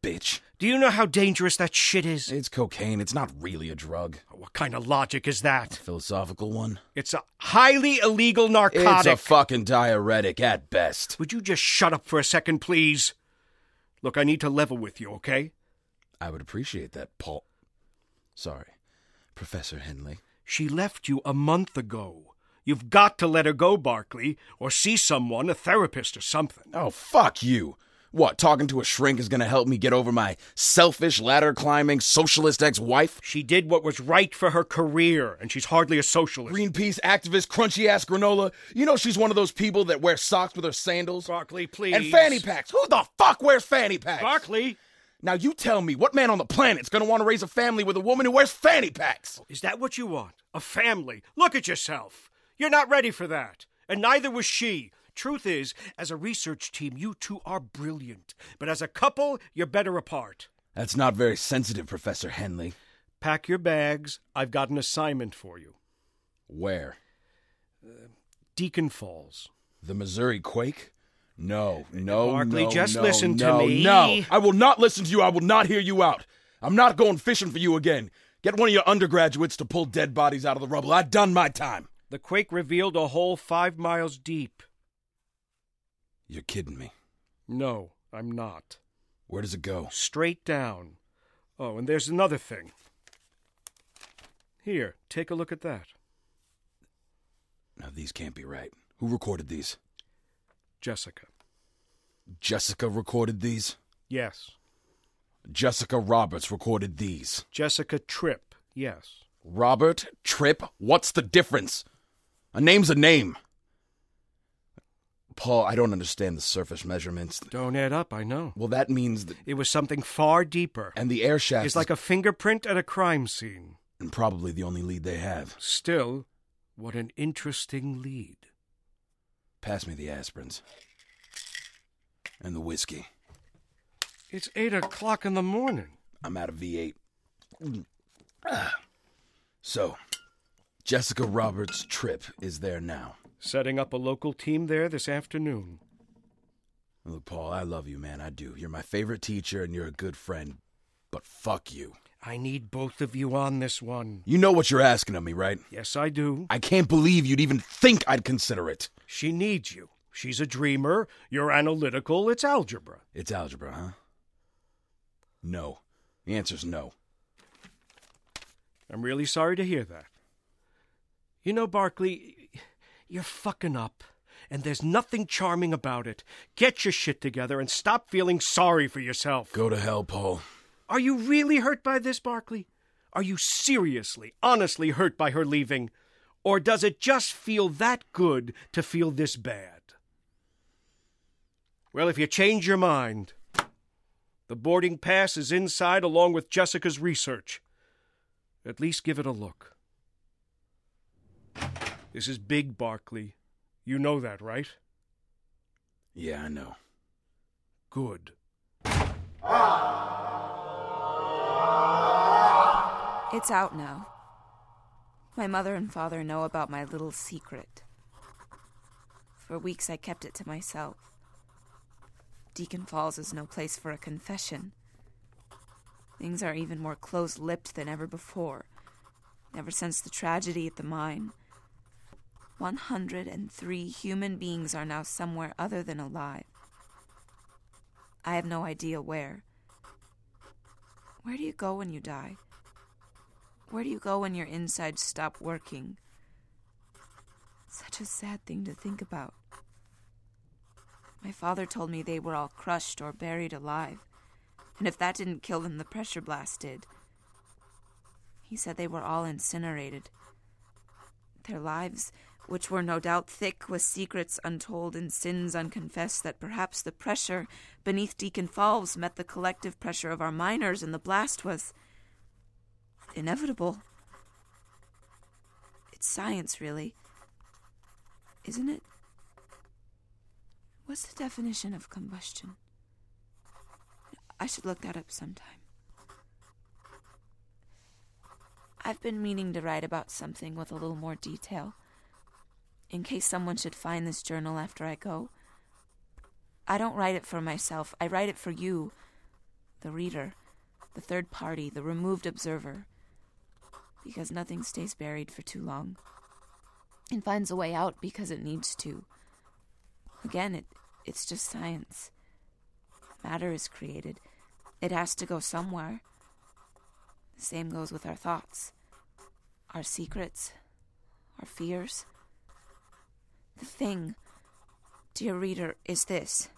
S17: Bitch.
S19: Do you know how dangerous that shit is?
S17: It's cocaine. It's not really a drug.
S19: What kind of logic is that?
S17: philosophical one?
S19: It's a highly illegal
S17: It's
S19: narcotic.
S17: a fucking diuretic at best.
S19: Would you just shut up for a second, please? Look, I need to level with you, okay?
S17: I would appreciate that, Paul. Sorry, Professor Henley.
S19: She left you a month ago. You've got to let her go, Barkley, or see someone, a therapist or something.
S17: Oh, fuck you. What, talking to a shrink is gonna help me get over my selfish, ladder climbing, socialist ex wife?
S19: She did what was right for her career, and she's hardly a socialist.
S17: Greenpeace activist, crunchy ass granola. You know she's one of those people that wear socks with her sandals.
S19: Barkley, please.
S17: And fanny packs. Who the fuck wears fanny packs?
S19: Barkley!
S17: Now you tell me, what man on the planet's gonna wanna raise a family with a woman who wears fanny packs?
S19: Oh, Is that what you want? A family? Look at yourself. You're not ready for that. And neither was she. Truth is, as a research team, you two are brilliant. But as a couple, you're better apart.
S17: That's not very sensitive, Professor Henley.
S19: Pack your bags. I've got an assignment for you.
S17: Where?
S19: Deacon Falls.
S17: The Missouri Quake? No, no,
S19: Barkley,
S17: no,
S19: just
S17: no,
S19: listen to
S17: no,
S19: me.
S17: No, I will not listen to you. I will not hear you out. I'm not going fishing for you again. Get one of your undergraduates to pull dead bodies out of the rubble. I've done my time.
S19: The quake revealed a hole five miles deep.
S17: You're kidding me.
S19: No, I'm not.
S17: Where does it go?
S19: Straight down. Oh, and there's another thing. Here, take a look at that.
S17: No, these can't be right. Who recorded these?
S19: Jessica.
S17: Jessica recorded these.
S19: Yes.
S17: Jessica Roberts recorded these.
S19: Jessica Tripp. Yes.
S17: Robert Tripp. What's the difference? A name's a name. Paul, I don't understand the surface measurements.
S19: Don't add up, I know.
S17: Well, that means that
S19: It was something far deeper.
S17: and the air shaft
S19: It's like a fingerprint at a crime scene.
S17: and probably the only lead they have.
S19: Still, what an interesting lead.
S17: Pass me the aspirins and the whiskey.
S19: It's eight o'clock in the morning.
S17: I'm out of V8. Mm. Ah. So, Jessica Roberts' trip is there now.
S19: Setting up a local team there this afternoon.
S17: Look, Paul, I love you, man. I do. You're my favorite teacher and you're a good friend, but fuck you.
S19: I need both of you on this one.
S17: You know what you're asking of me, right?
S19: Yes, I do.
S17: I can't believe you'd even think I'd consider it.
S19: She needs you. She's a dreamer. You're analytical. It's algebra.
S17: It's algebra, huh? No. The answer's no.
S19: I'm really sorry to hear that. You know, Barkley, you're fucking up, and there's nothing charming about it. Get your shit together and stop feeling sorry for yourself.
S17: Go to hell, Paul.
S19: Are you really hurt by this, Barkley? Are you seriously, honestly hurt by her leaving? Or does it just feel that good to feel this bad? Well, if you change your mind, the boarding pass is inside along with Jessica's research. At least give it a look. This is big, Barkley. You know that, right?
S17: Yeah, I know.
S19: Good.
S3: It's out now. My mother and father know about my little secret. For weeks I kept it to myself. Deacon Falls is no place for a confession. Things are even more close lipped than ever before, ever since the tragedy at the mine. 103 human beings are now somewhere other than alive. I have no idea where. Where do you go when you die? Where do you go when your insides stop working? Such a sad thing to think about. My father told me they were all crushed or buried alive, and if that didn't kill them, the pressure blast did. He said they were all incinerated. Their lives, which were no doubt thick with secrets untold and sins unconfessed, that perhaps the pressure beneath Deacon Falls met the collective pressure of our miners, and the blast was inevitable. It's science, really. Isn't it? What's the definition of combustion? I should look that up sometime. I've been meaning to write about something with a little more detail. In case someone should find this journal after I go. I don't write it for myself, I write it for you. the reader, the third party, the removed observer. Because nothing stays buried for too long and finds a way out because it needs to. Again, it, it's just science. Matter is created, it has to go somewhere. The same goes with our thoughts, our secrets, our fears. The thing, dear reader, is this.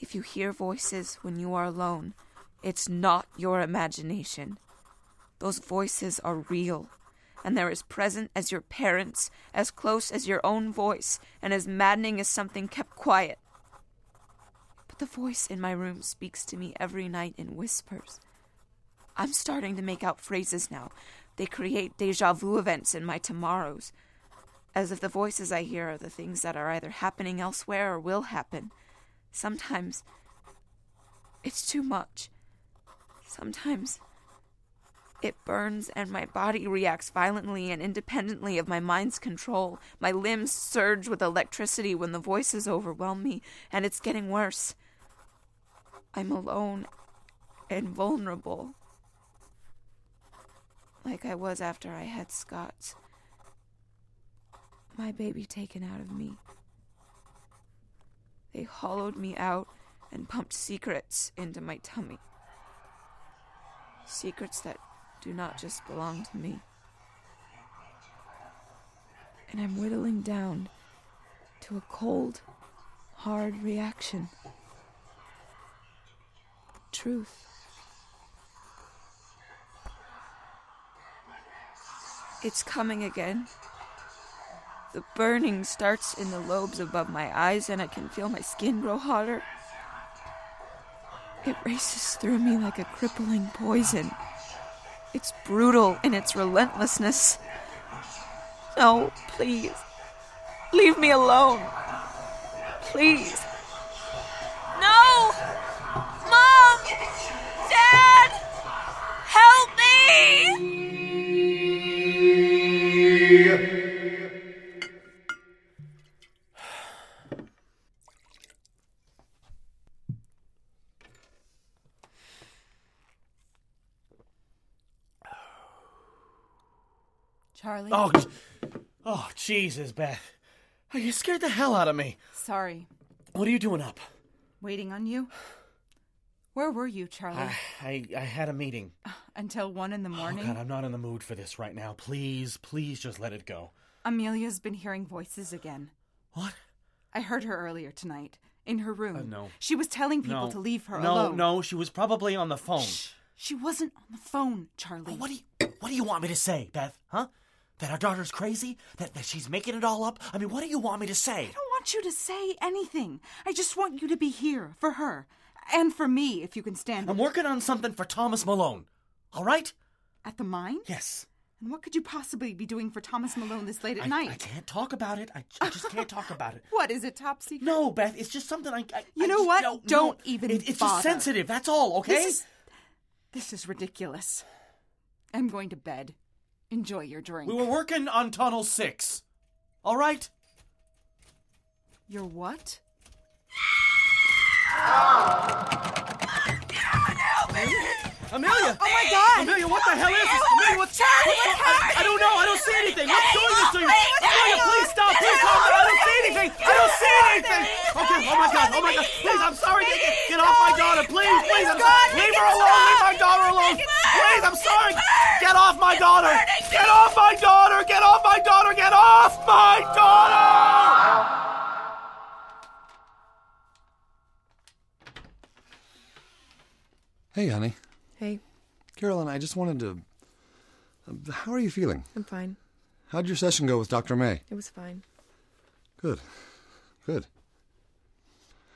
S3: If you hear voices when you are alone, it's not your imagination. Those voices are real, and they're as present as your parents, as close as your own voice, and as maddening as something kept quiet. But the voice in my room speaks to me every night in whispers. I'm starting to make out phrases now. They create deja vu events in my tomorrows, as if the voices I hear are the things that are either happening elsewhere or will happen. Sometimes it's too much. Sometimes it burns, and my body reacts violently and independently of my mind's control. My limbs surge with electricity when the voices overwhelm me, and it's getting worse. I'm alone and vulnerable. Like I was after I had Scott's. My baby taken out of me. They hollowed me out and pumped secrets into my tummy. Secrets that do not just belong to me. And I'm whittling down to a cold, hard reaction. Truth. It's coming again. The burning starts in the lobes above my eyes, and I can feel my skin grow hotter. It races through me like a crippling poison. It's brutal in its relentlessness. No, please. Leave me alone. Please.
S20: No! Mom! Dad! Help me!
S5: Charlie?
S6: Oh, j- oh, Jesus, Beth. Oh, you scared the hell out of me.
S5: Sorry.
S6: What are you doing up?
S5: Waiting on you? Where were you, Charlie?
S6: I, I, I had a meeting.
S5: Until one in the
S6: Oh,
S5: Uh-huh. morning?
S6: God, I'm not in the mood for this right now. Please, please just let it go.
S5: Amelia's been hearing voices again.
S6: What?
S5: I heard her earlier tonight. In her room.
S6: Uh, no.
S5: She was telling people
S6: No.
S5: to leave her
S6: no,
S5: alone.
S6: No, she was probably on the phone.
S5: She wasn't on the phone, Charlie.
S6: what do you what do you want me to say, Beth? Huh? That our daughter's crazy? That, that she's making it all up? I mean, what do you want me to say?
S5: I don't want you to say anything. I just want you to be here for her. And for me, if you can stand
S6: I'm working on something for Thomas Malone. All right?
S5: At the mine?
S6: Yes.
S5: And what could you possibly be doing for Thomas Malone this late at
S6: I,
S5: night?
S6: I can't talk about it. I, I just can't talk about it.
S5: What is it, top secret?
S6: No, Beth, it's just something I. I
S5: you
S6: I
S5: know
S6: just
S5: what?
S6: Don't,
S5: Don't
S6: know.
S5: even.
S6: It- it's
S5: bother.
S6: just sensitive. That's all. Okay.
S5: This is, this is ridiculous. I'm going to bed. Enjoy your drink.
S6: We were working on Tunnel Six. All right.
S5: Your what?
S6: Amelia!
S5: Oh my God!
S6: Amelia, what the hell is this?
S12: Help me!
S6: Amelia, what's
S12: Charlie,
S6: what- I, I don't know. I don't see anything. What's doing this to you?
S12: Help me!
S6: Amelia, please stop. Please stop. I don't see anything. I don't see anything. Okay. Oh my God. Oh my God. Please, I'm sorry. Get, get- get off my daughter. Please, please. I'm sorry. Leave her alone. Leave my daughter alone. Please, I'm sorry. Get off my daughter. Get off my daughter. Get off my daughter. Get off my daughter.
S10: Hey, honey.
S14: Hey,
S10: Carolyn, I just wanted to. um, How are you feeling?
S14: I'm fine.
S10: How'd your session go with Dr. May?
S14: It was fine.
S10: Good. Good.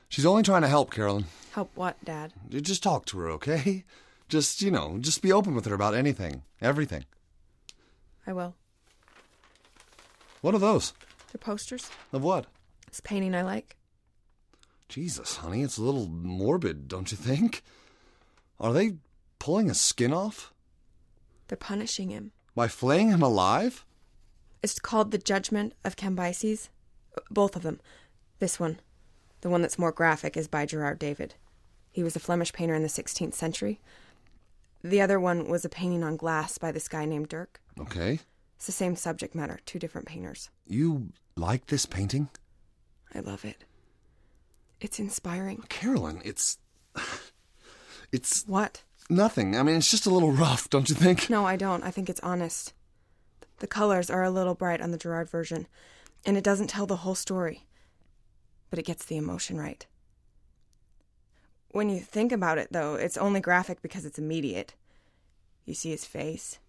S10: She's only trying to help, Carolyn.
S14: Help what, Dad?
S10: You Just talk to her, okay? Just, you know, just be open with her about anything, everything.
S14: I will.
S10: What are those?
S14: They're posters.
S10: Of what?
S14: This painting I like.
S10: Jesus, honey, it's a little morbid, don't you think? Are they pulling his skin off?
S14: They're punishing him.
S10: By flaying him alive?
S14: It's called The Judgment of Cambyses. Both of them. This one, the one that's more graphic, is by Gerard David. He was a Flemish painter in the 16th century. The other one was a painting on glass by this guy named Dirk.
S10: Okay.
S14: It's the same subject matter, two different painters.
S10: You like this painting?
S14: I love it. It's inspiring.
S10: Carolyn, it's. It's.
S14: What?
S10: Nothing. I mean, it's just a little rough, don't you think?
S14: No, I don't. I think it's honest. The colors are a little bright on the Gerard version, and it doesn't tell the whole story, but it gets the emotion right. When you think about it, though, it's only graphic because it's immediate. You see his face,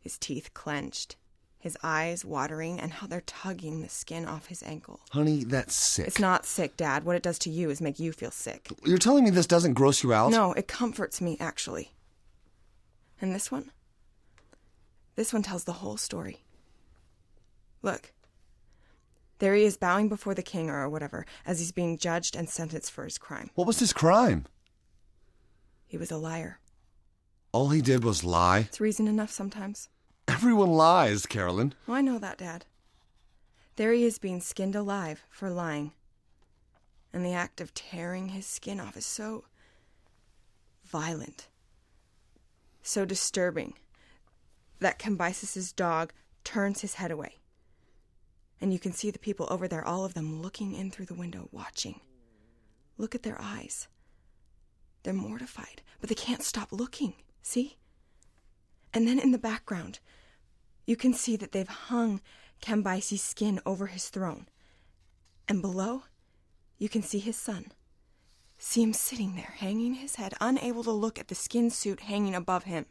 S14: his teeth clenched, his eyes watering, and how they're tugging the skin off his ankle.
S10: Honey, that's sick.
S14: It's not sick, Dad. What it does to you is make you feel sick.
S10: You're telling me this doesn't gross you out?
S14: No, it comforts me, actually. And this one? This one tells the whole story. Look. There he is bowing before the king or whatever as he's being judged and sentenced for his crime.
S10: What was his crime?
S14: He was a liar.
S10: All he did was lie.
S14: It's reason enough sometimes.
S10: Everyone lies, Carolyn.
S14: Oh, I know that, Dad. There he is being skinned alive for lying. And the act of tearing his skin off is so violent, so disturbing, that Cambyses' dog turns his head away. And you can see the people over there, all of them looking in through the window, watching. Look at their eyes. They're mortified, but they can't stop looking. See? And then in the background, you can see that they've hung Cambyses' skin over his throne. And below, you can see his son. See him sitting there, hanging his head, unable to look at the skin suit hanging above him.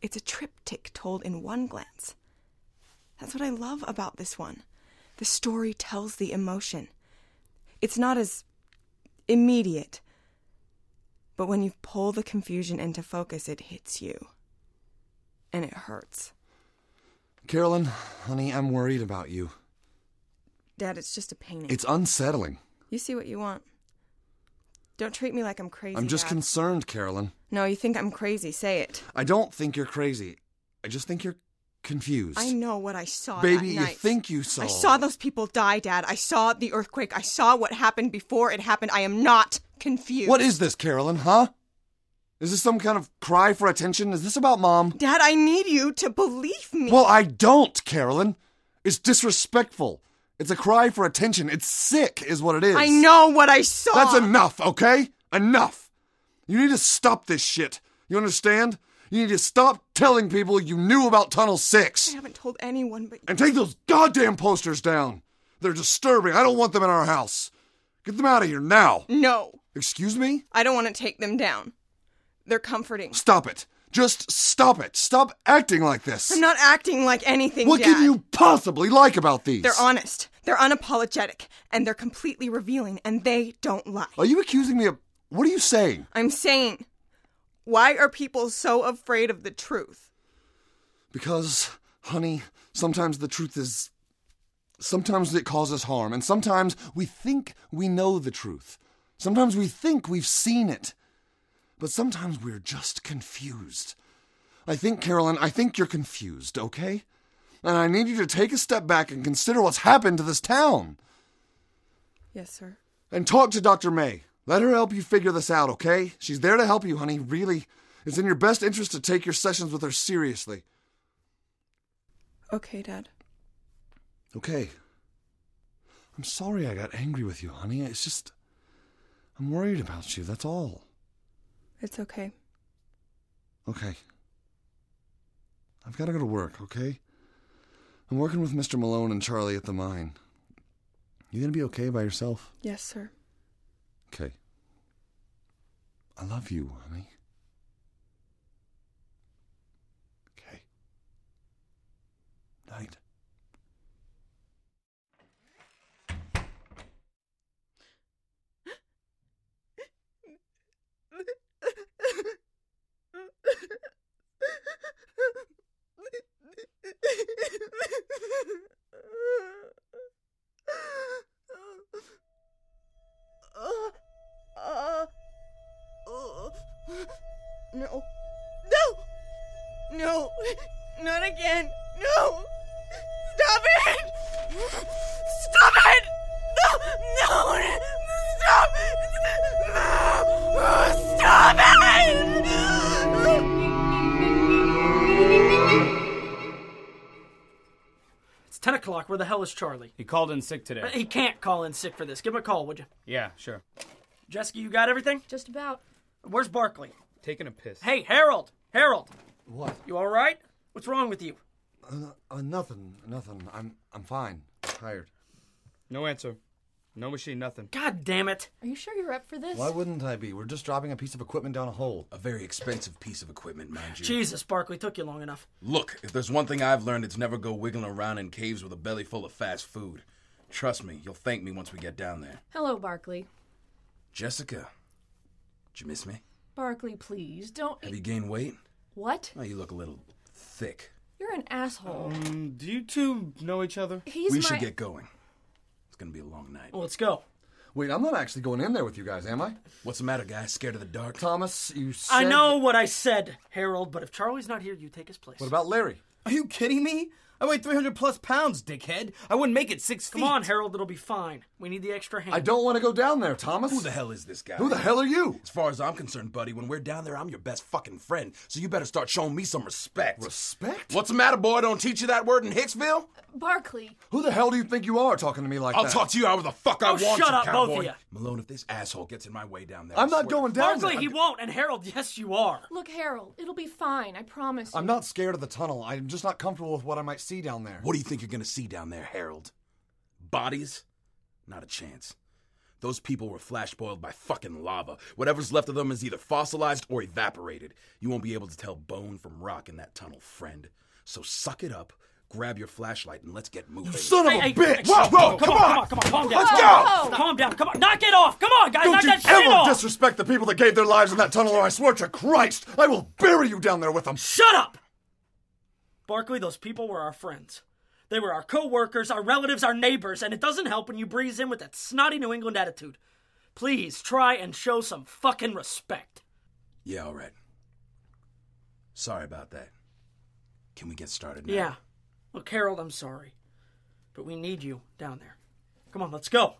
S14: It's a triptych told in one glance. That's what I love about this one. The story tells the emotion. It's not as immediate, but when you pull the confusion into focus, it hits you. And it hurts.
S10: Carolyn, honey, I'm worried about you.
S14: Dad, it's just a painting.
S10: It's unsettling.
S14: You see what you want. Don't treat me like I'm crazy.
S10: I'm just
S14: Dad.
S10: concerned, Carolyn.
S14: No, you think I'm crazy. Say it.
S10: I don't think you're crazy. I just think you're confused.
S14: I know what I saw.
S10: Baby,
S14: that
S10: you
S14: night.
S10: think you saw.
S14: I saw those people die, Dad. I saw the earthquake. I saw what happened before it happened. I am not confused.
S10: What is this, Carolyn, huh? Is this some kind of cry for attention? Is this about mom?
S14: Dad, I need you to believe me.
S10: Well, I don't, Carolyn. It's disrespectful. It's a cry for attention. It's sick, is what it is.
S14: I know what I saw.
S10: That's enough, okay? Enough. You need to stop this shit. You understand? You need to stop telling people you knew about Tunnel 6.
S14: I haven't told anyone but
S10: And take those goddamn posters down. They're disturbing. I don't want them in our house. Get them out of here now.
S14: No.
S10: Excuse me?
S14: I don't want to take them down. They're comforting.
S10: Stop it. Just stop it. Stop acting like this.
S14: I'm not acting like anything,
S10: what
S14: Dad.
S10: can you possibly like about these?
S14: They're honest. They're unapologetic, and they're completely revealing, and they don't lie.
S10: Are you accusing me of. What are you saying?
S14: I'm saying, why are people so afraid of the truth?
S10: Because, honey, sometimes the truth is. Sometimes it causes harm, and sometimes we think we know the truth. Sometimes we think we've seen it. But sometimes we're just confused. I think, Carolyn, I think you're confused, okay? And I need you to take a step back and consider what's happened to this town.
S14: Yes, sir.
S10: And talk to Dr. May. Let her help you figure this out, okay? She's there to help you, honey. Really, it's in your best interest to take your sessions with her seriously.
S14: Okay, Dad.
S10: Okay. I'm sorry I got angry with you, honey. It's just. I'm worried about you, that's all.
S14: It's okay.
S10: Okay. I've got to go to work, okay? I'm working with Mr. Malone and Charlie at the mine. You gonna be okay by yourself?
S14: Yes, sir.
S10: Okay. I love you, honey. Okay. Night.
S14: No. No! No! Not again! No! Stop it! Stop it! No! No! Stop!
S13: Doc, where the hell is Charlie?
S21: He called in sick today.
S13: He can't call in sick for this. Give him a call, would you?
S21: Yeah, sure.
S13: Jessica, you got everything?
S16: Just about.
S13: Where's Barkley?
S21: Taking a piss.
S13: Hey, Harold! Harold!
S10: What?
S13: You all right? What's wrong with you?
S10: Uh, uh, nothing, nothing. I'm I'm fine. Tired.
S21: No answer. No machine, nothing.
S13: God damn it.
S16: Are you sure you're up for this?
S10: Why wouldn't I be? We're just dropping a piece of equipment down a hole.
S17: A very expensive piece of equipment, mind you.
S13: Jesus, Barkley, took you long enough.
S17: Look, if there's one thing I've learned, it's never go wiggling around in caves with a belly full of fast food. Trust me, you'll thank me once we get down there.
S16: Hello, Barkley.
S17: Jessica, did you miss me?
S16: Barkley, please don't.
S17: Have you gained weight?
S16: What?
S17: Oh, you look a little thick.
S16: You're an asshole.
S21: Um, do you two know each other?
S17: Oh,
S16: He's
S17: we
S16: my-
S17: should get going. It's gonna be a long night.
S13: Well, let's go.
S10: Wait, I'm not actually going in there with you guys, am I?
S17: What's the matter, guys? Scared of the dark?
S10: Thomas, you said.
S13: I know what I said, Harold, but if Charlie's not here, you take his place.
S10: What about Larry?
S21: Are you kidding me? I weigh 300 plus pounds, dickhead. I wouldn't make it six
S13: Come
S21: feet.
S13: on, Harold, it'll be fine. We need the extra hand.
S10: I don't want to go down there, Thomas.
S17: Who the hell is this guy?
S10: Who the hell are you?
S17: As far as I'm concerned, buddy, when we're down there, I'm your best fucking friend. So you better start showing me some respect.
S10: Respect?
S17: What's the matter, boy? Don't teach you that word in Hicksville?
S16: Barkley.
S10: Who the hell do you think you are talking to me like
S17: I'll
S10: that?
S17: talk to you however the fuck I
S10: Oh,
S17: want.
S10: shut
S17: you,
S10: up, both of
S17: cowboy.
S10: you.
S17: Malone, if this asshole gets in my way down there,
S10: I'm not going down
S13: Barkley,
S10: there.
S13: he won't, and Harold, yes, you are.
S16: Look, Harold, it'll be fine. I promise.
S10: I'm not scared of the tunnel. I'm just not comfortable with what I might see down there.
S17: What do you think you're gonna see down there, Harold? Bodies? Not a chance. Those people were flash boiled by fucking lava. Whatever's left of them is either fossilized or evaporated. You won't be able to tell bone from rock in that tunnel, friend. So suck it up, grab your flashlight, and let's get moving.
S10: son of a bitch!
S17: Whoa, whoa, come on!
S13: Come on, calm down.
S17: Let's
S13: calm
S17: go!
S13: Down. Calm down, come on. Knock it off! Come on, guys, knock
S10: Don't you
S13: that shit
S10: ever
S13: off!
S10: disrespect the people that gave their lives in that tunnel, or I swear to Christ, I will bury you down there with them.
S13: Shut up! Barkley, those people were our friends. They were our co workers, our relatives, our neighbors, and it doesn't help when you breeze in with that snotty New England attitude. Please try and show some fucking respect.
S17: Yeah, all right. Sorry about that. Can we get started now?
S13: Yeah. Look, Harold, I'm sorry. But we need you down there. Come on, let's go.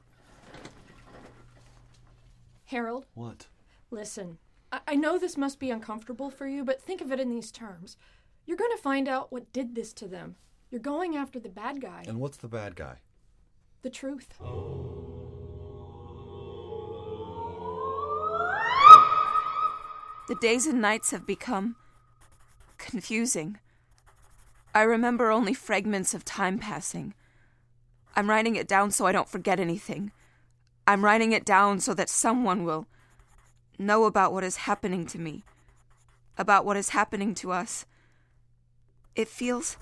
S16: Harold,
S10: What?
S16: listen. I-, I know this must be uncomfortable for you, but think of it in these terms. You're going to find out what did this to them. You're going after the bad guy,
S10: And what's the bad guy?
S16: the truth.
S3: The days and nights have become confusing. I remember only fragments of time passing. I'm writing it down so I don't forget anything. I'm writing it down so that someone will know about what is happening to me, about what is happening to us. It feels.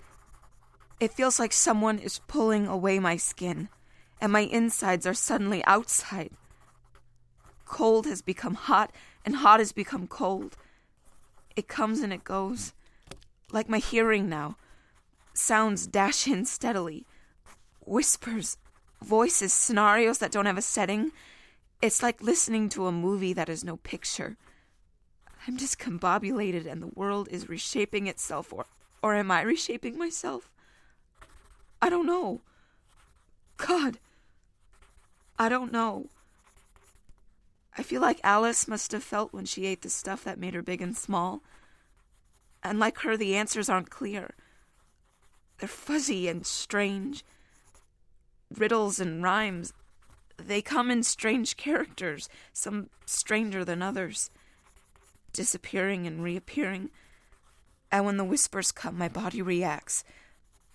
S3: It feels like someone is pulling away my skin, and my insides are suddenly outside. Cold has become hot, and hot has become cold. It comes and it goes. Like my hearing now. Sounds dash in steadily. Whispers, voices, scenarios that don't have a setting. It's like listening to a movie that has no picture. I'm discombobulated and the world is reshaping itself, or, or am I reshaping myself? I don't know. God, I don't know. I feel like Alice must have felt when she ate the stuff that made her big and small. And like her, the answers aren't clear. They're fuzzy and strange. Riddles and rhymes. They come in strange characters, some stranger than others, disappearing and reappearing. And when the whispers come, my body reacts.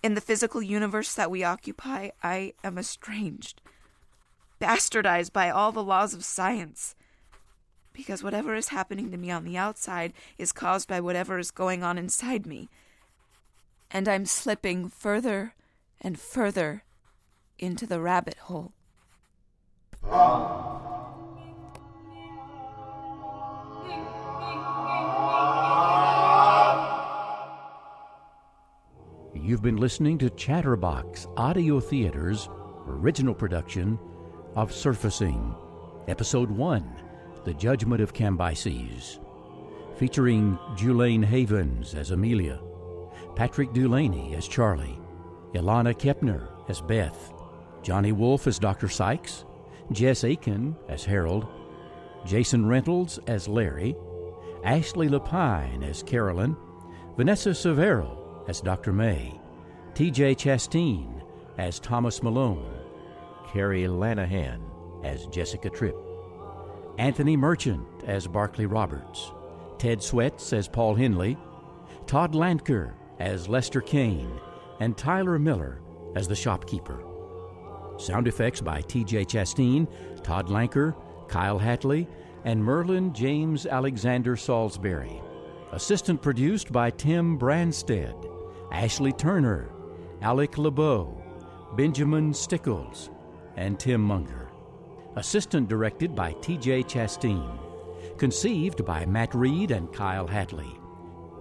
S3: In the physical universe that we occupy, I am estranged bastardized by all the laws of science. Because whatever is happening to me on the outside is caused by whatever is going on inside me. And I'm slipping further and further into the rabbit hole.
S4: You've been listening to Chatterbox Audio Theater's original production of Surfacing, Episode 1 The Judgment of Cambyses, featuring Julaine Havens as Amelia, Patrick Dulaney as Charlie, Ilana Kepner as Beth, Johnny Wolf as Dr. Sykes, Jess Aiken as Harold, Jason Reynolds as Larry, Ashley Lapine as Carolyn, Vanessa Severo as Dr. May, TJ Chasteen as Thomas Malone, Carrie Lanahan as Jessica Tripp, Anthony Merchant as Barclay Roberts, Ted Sweats as Paul Henley, Todd Landker as Lester Kane, and Tyler Miller as the shopkeeper. Sound effects by T.J. Chasteen, Todd Lanker, Kyle Hatley, and Merlin James Alexander Salisbury. Assistant produced by Tim Branstead, Ashley Turner, Alec LeBeau, Benjamin Stickles, and Tim Munger. Assistant directed by T.J. Chasteen. Conceived by Matt Reed and Kyle Hatley.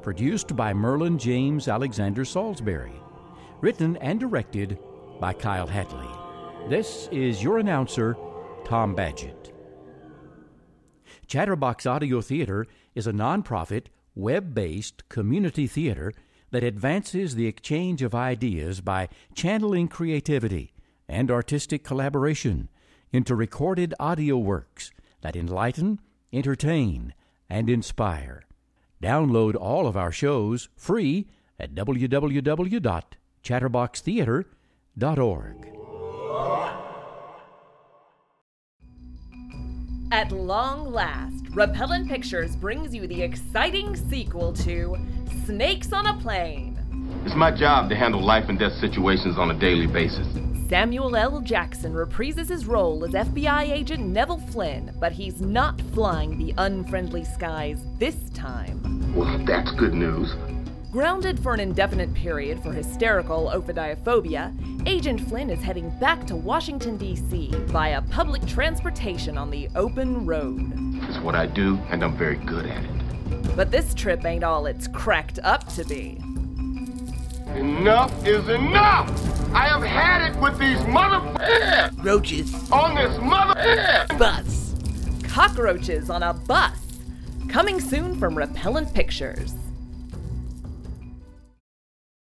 S4: Produced by Merlin James Alexander Salisbury. Written and directed by Kyle Hatley. This is your announcer, Tom Badgett. Chatterbox Audio Theater is a nonprofit, web based community theater that advances the exchange of ideas by channeling creativity and artistic collaboration into recorded audio works that enlighten, entertain, and inspire. Download all of our shows free at www.chatterboxtheater.org.
S1: At long last, Repellent Pictures brings you the exciting sequel to Snakes on a Plane.
S22: It's my job to handle life and death situations on a daily basis.
S1: Samuel L. Jackson reprises his role as FBI agent Neville Flynn, but he's not flying the unfriendly skies this time.
S22: Well, that's good news.
S1: Grounded for an indefinite period for hysterical ophidiophobia, Agent Flynn is heading back to Washington, D.C. via public transportation on the open road.
S22: It's what I do, and I'm very good at it.
S1: But this trip ain't all it's cracked up to be.
S22: Enough is enough! I have had it with these mother roaches on this mother
S1: Bus. Cockroaches on a bus. Coming soon from Repellent Pictures.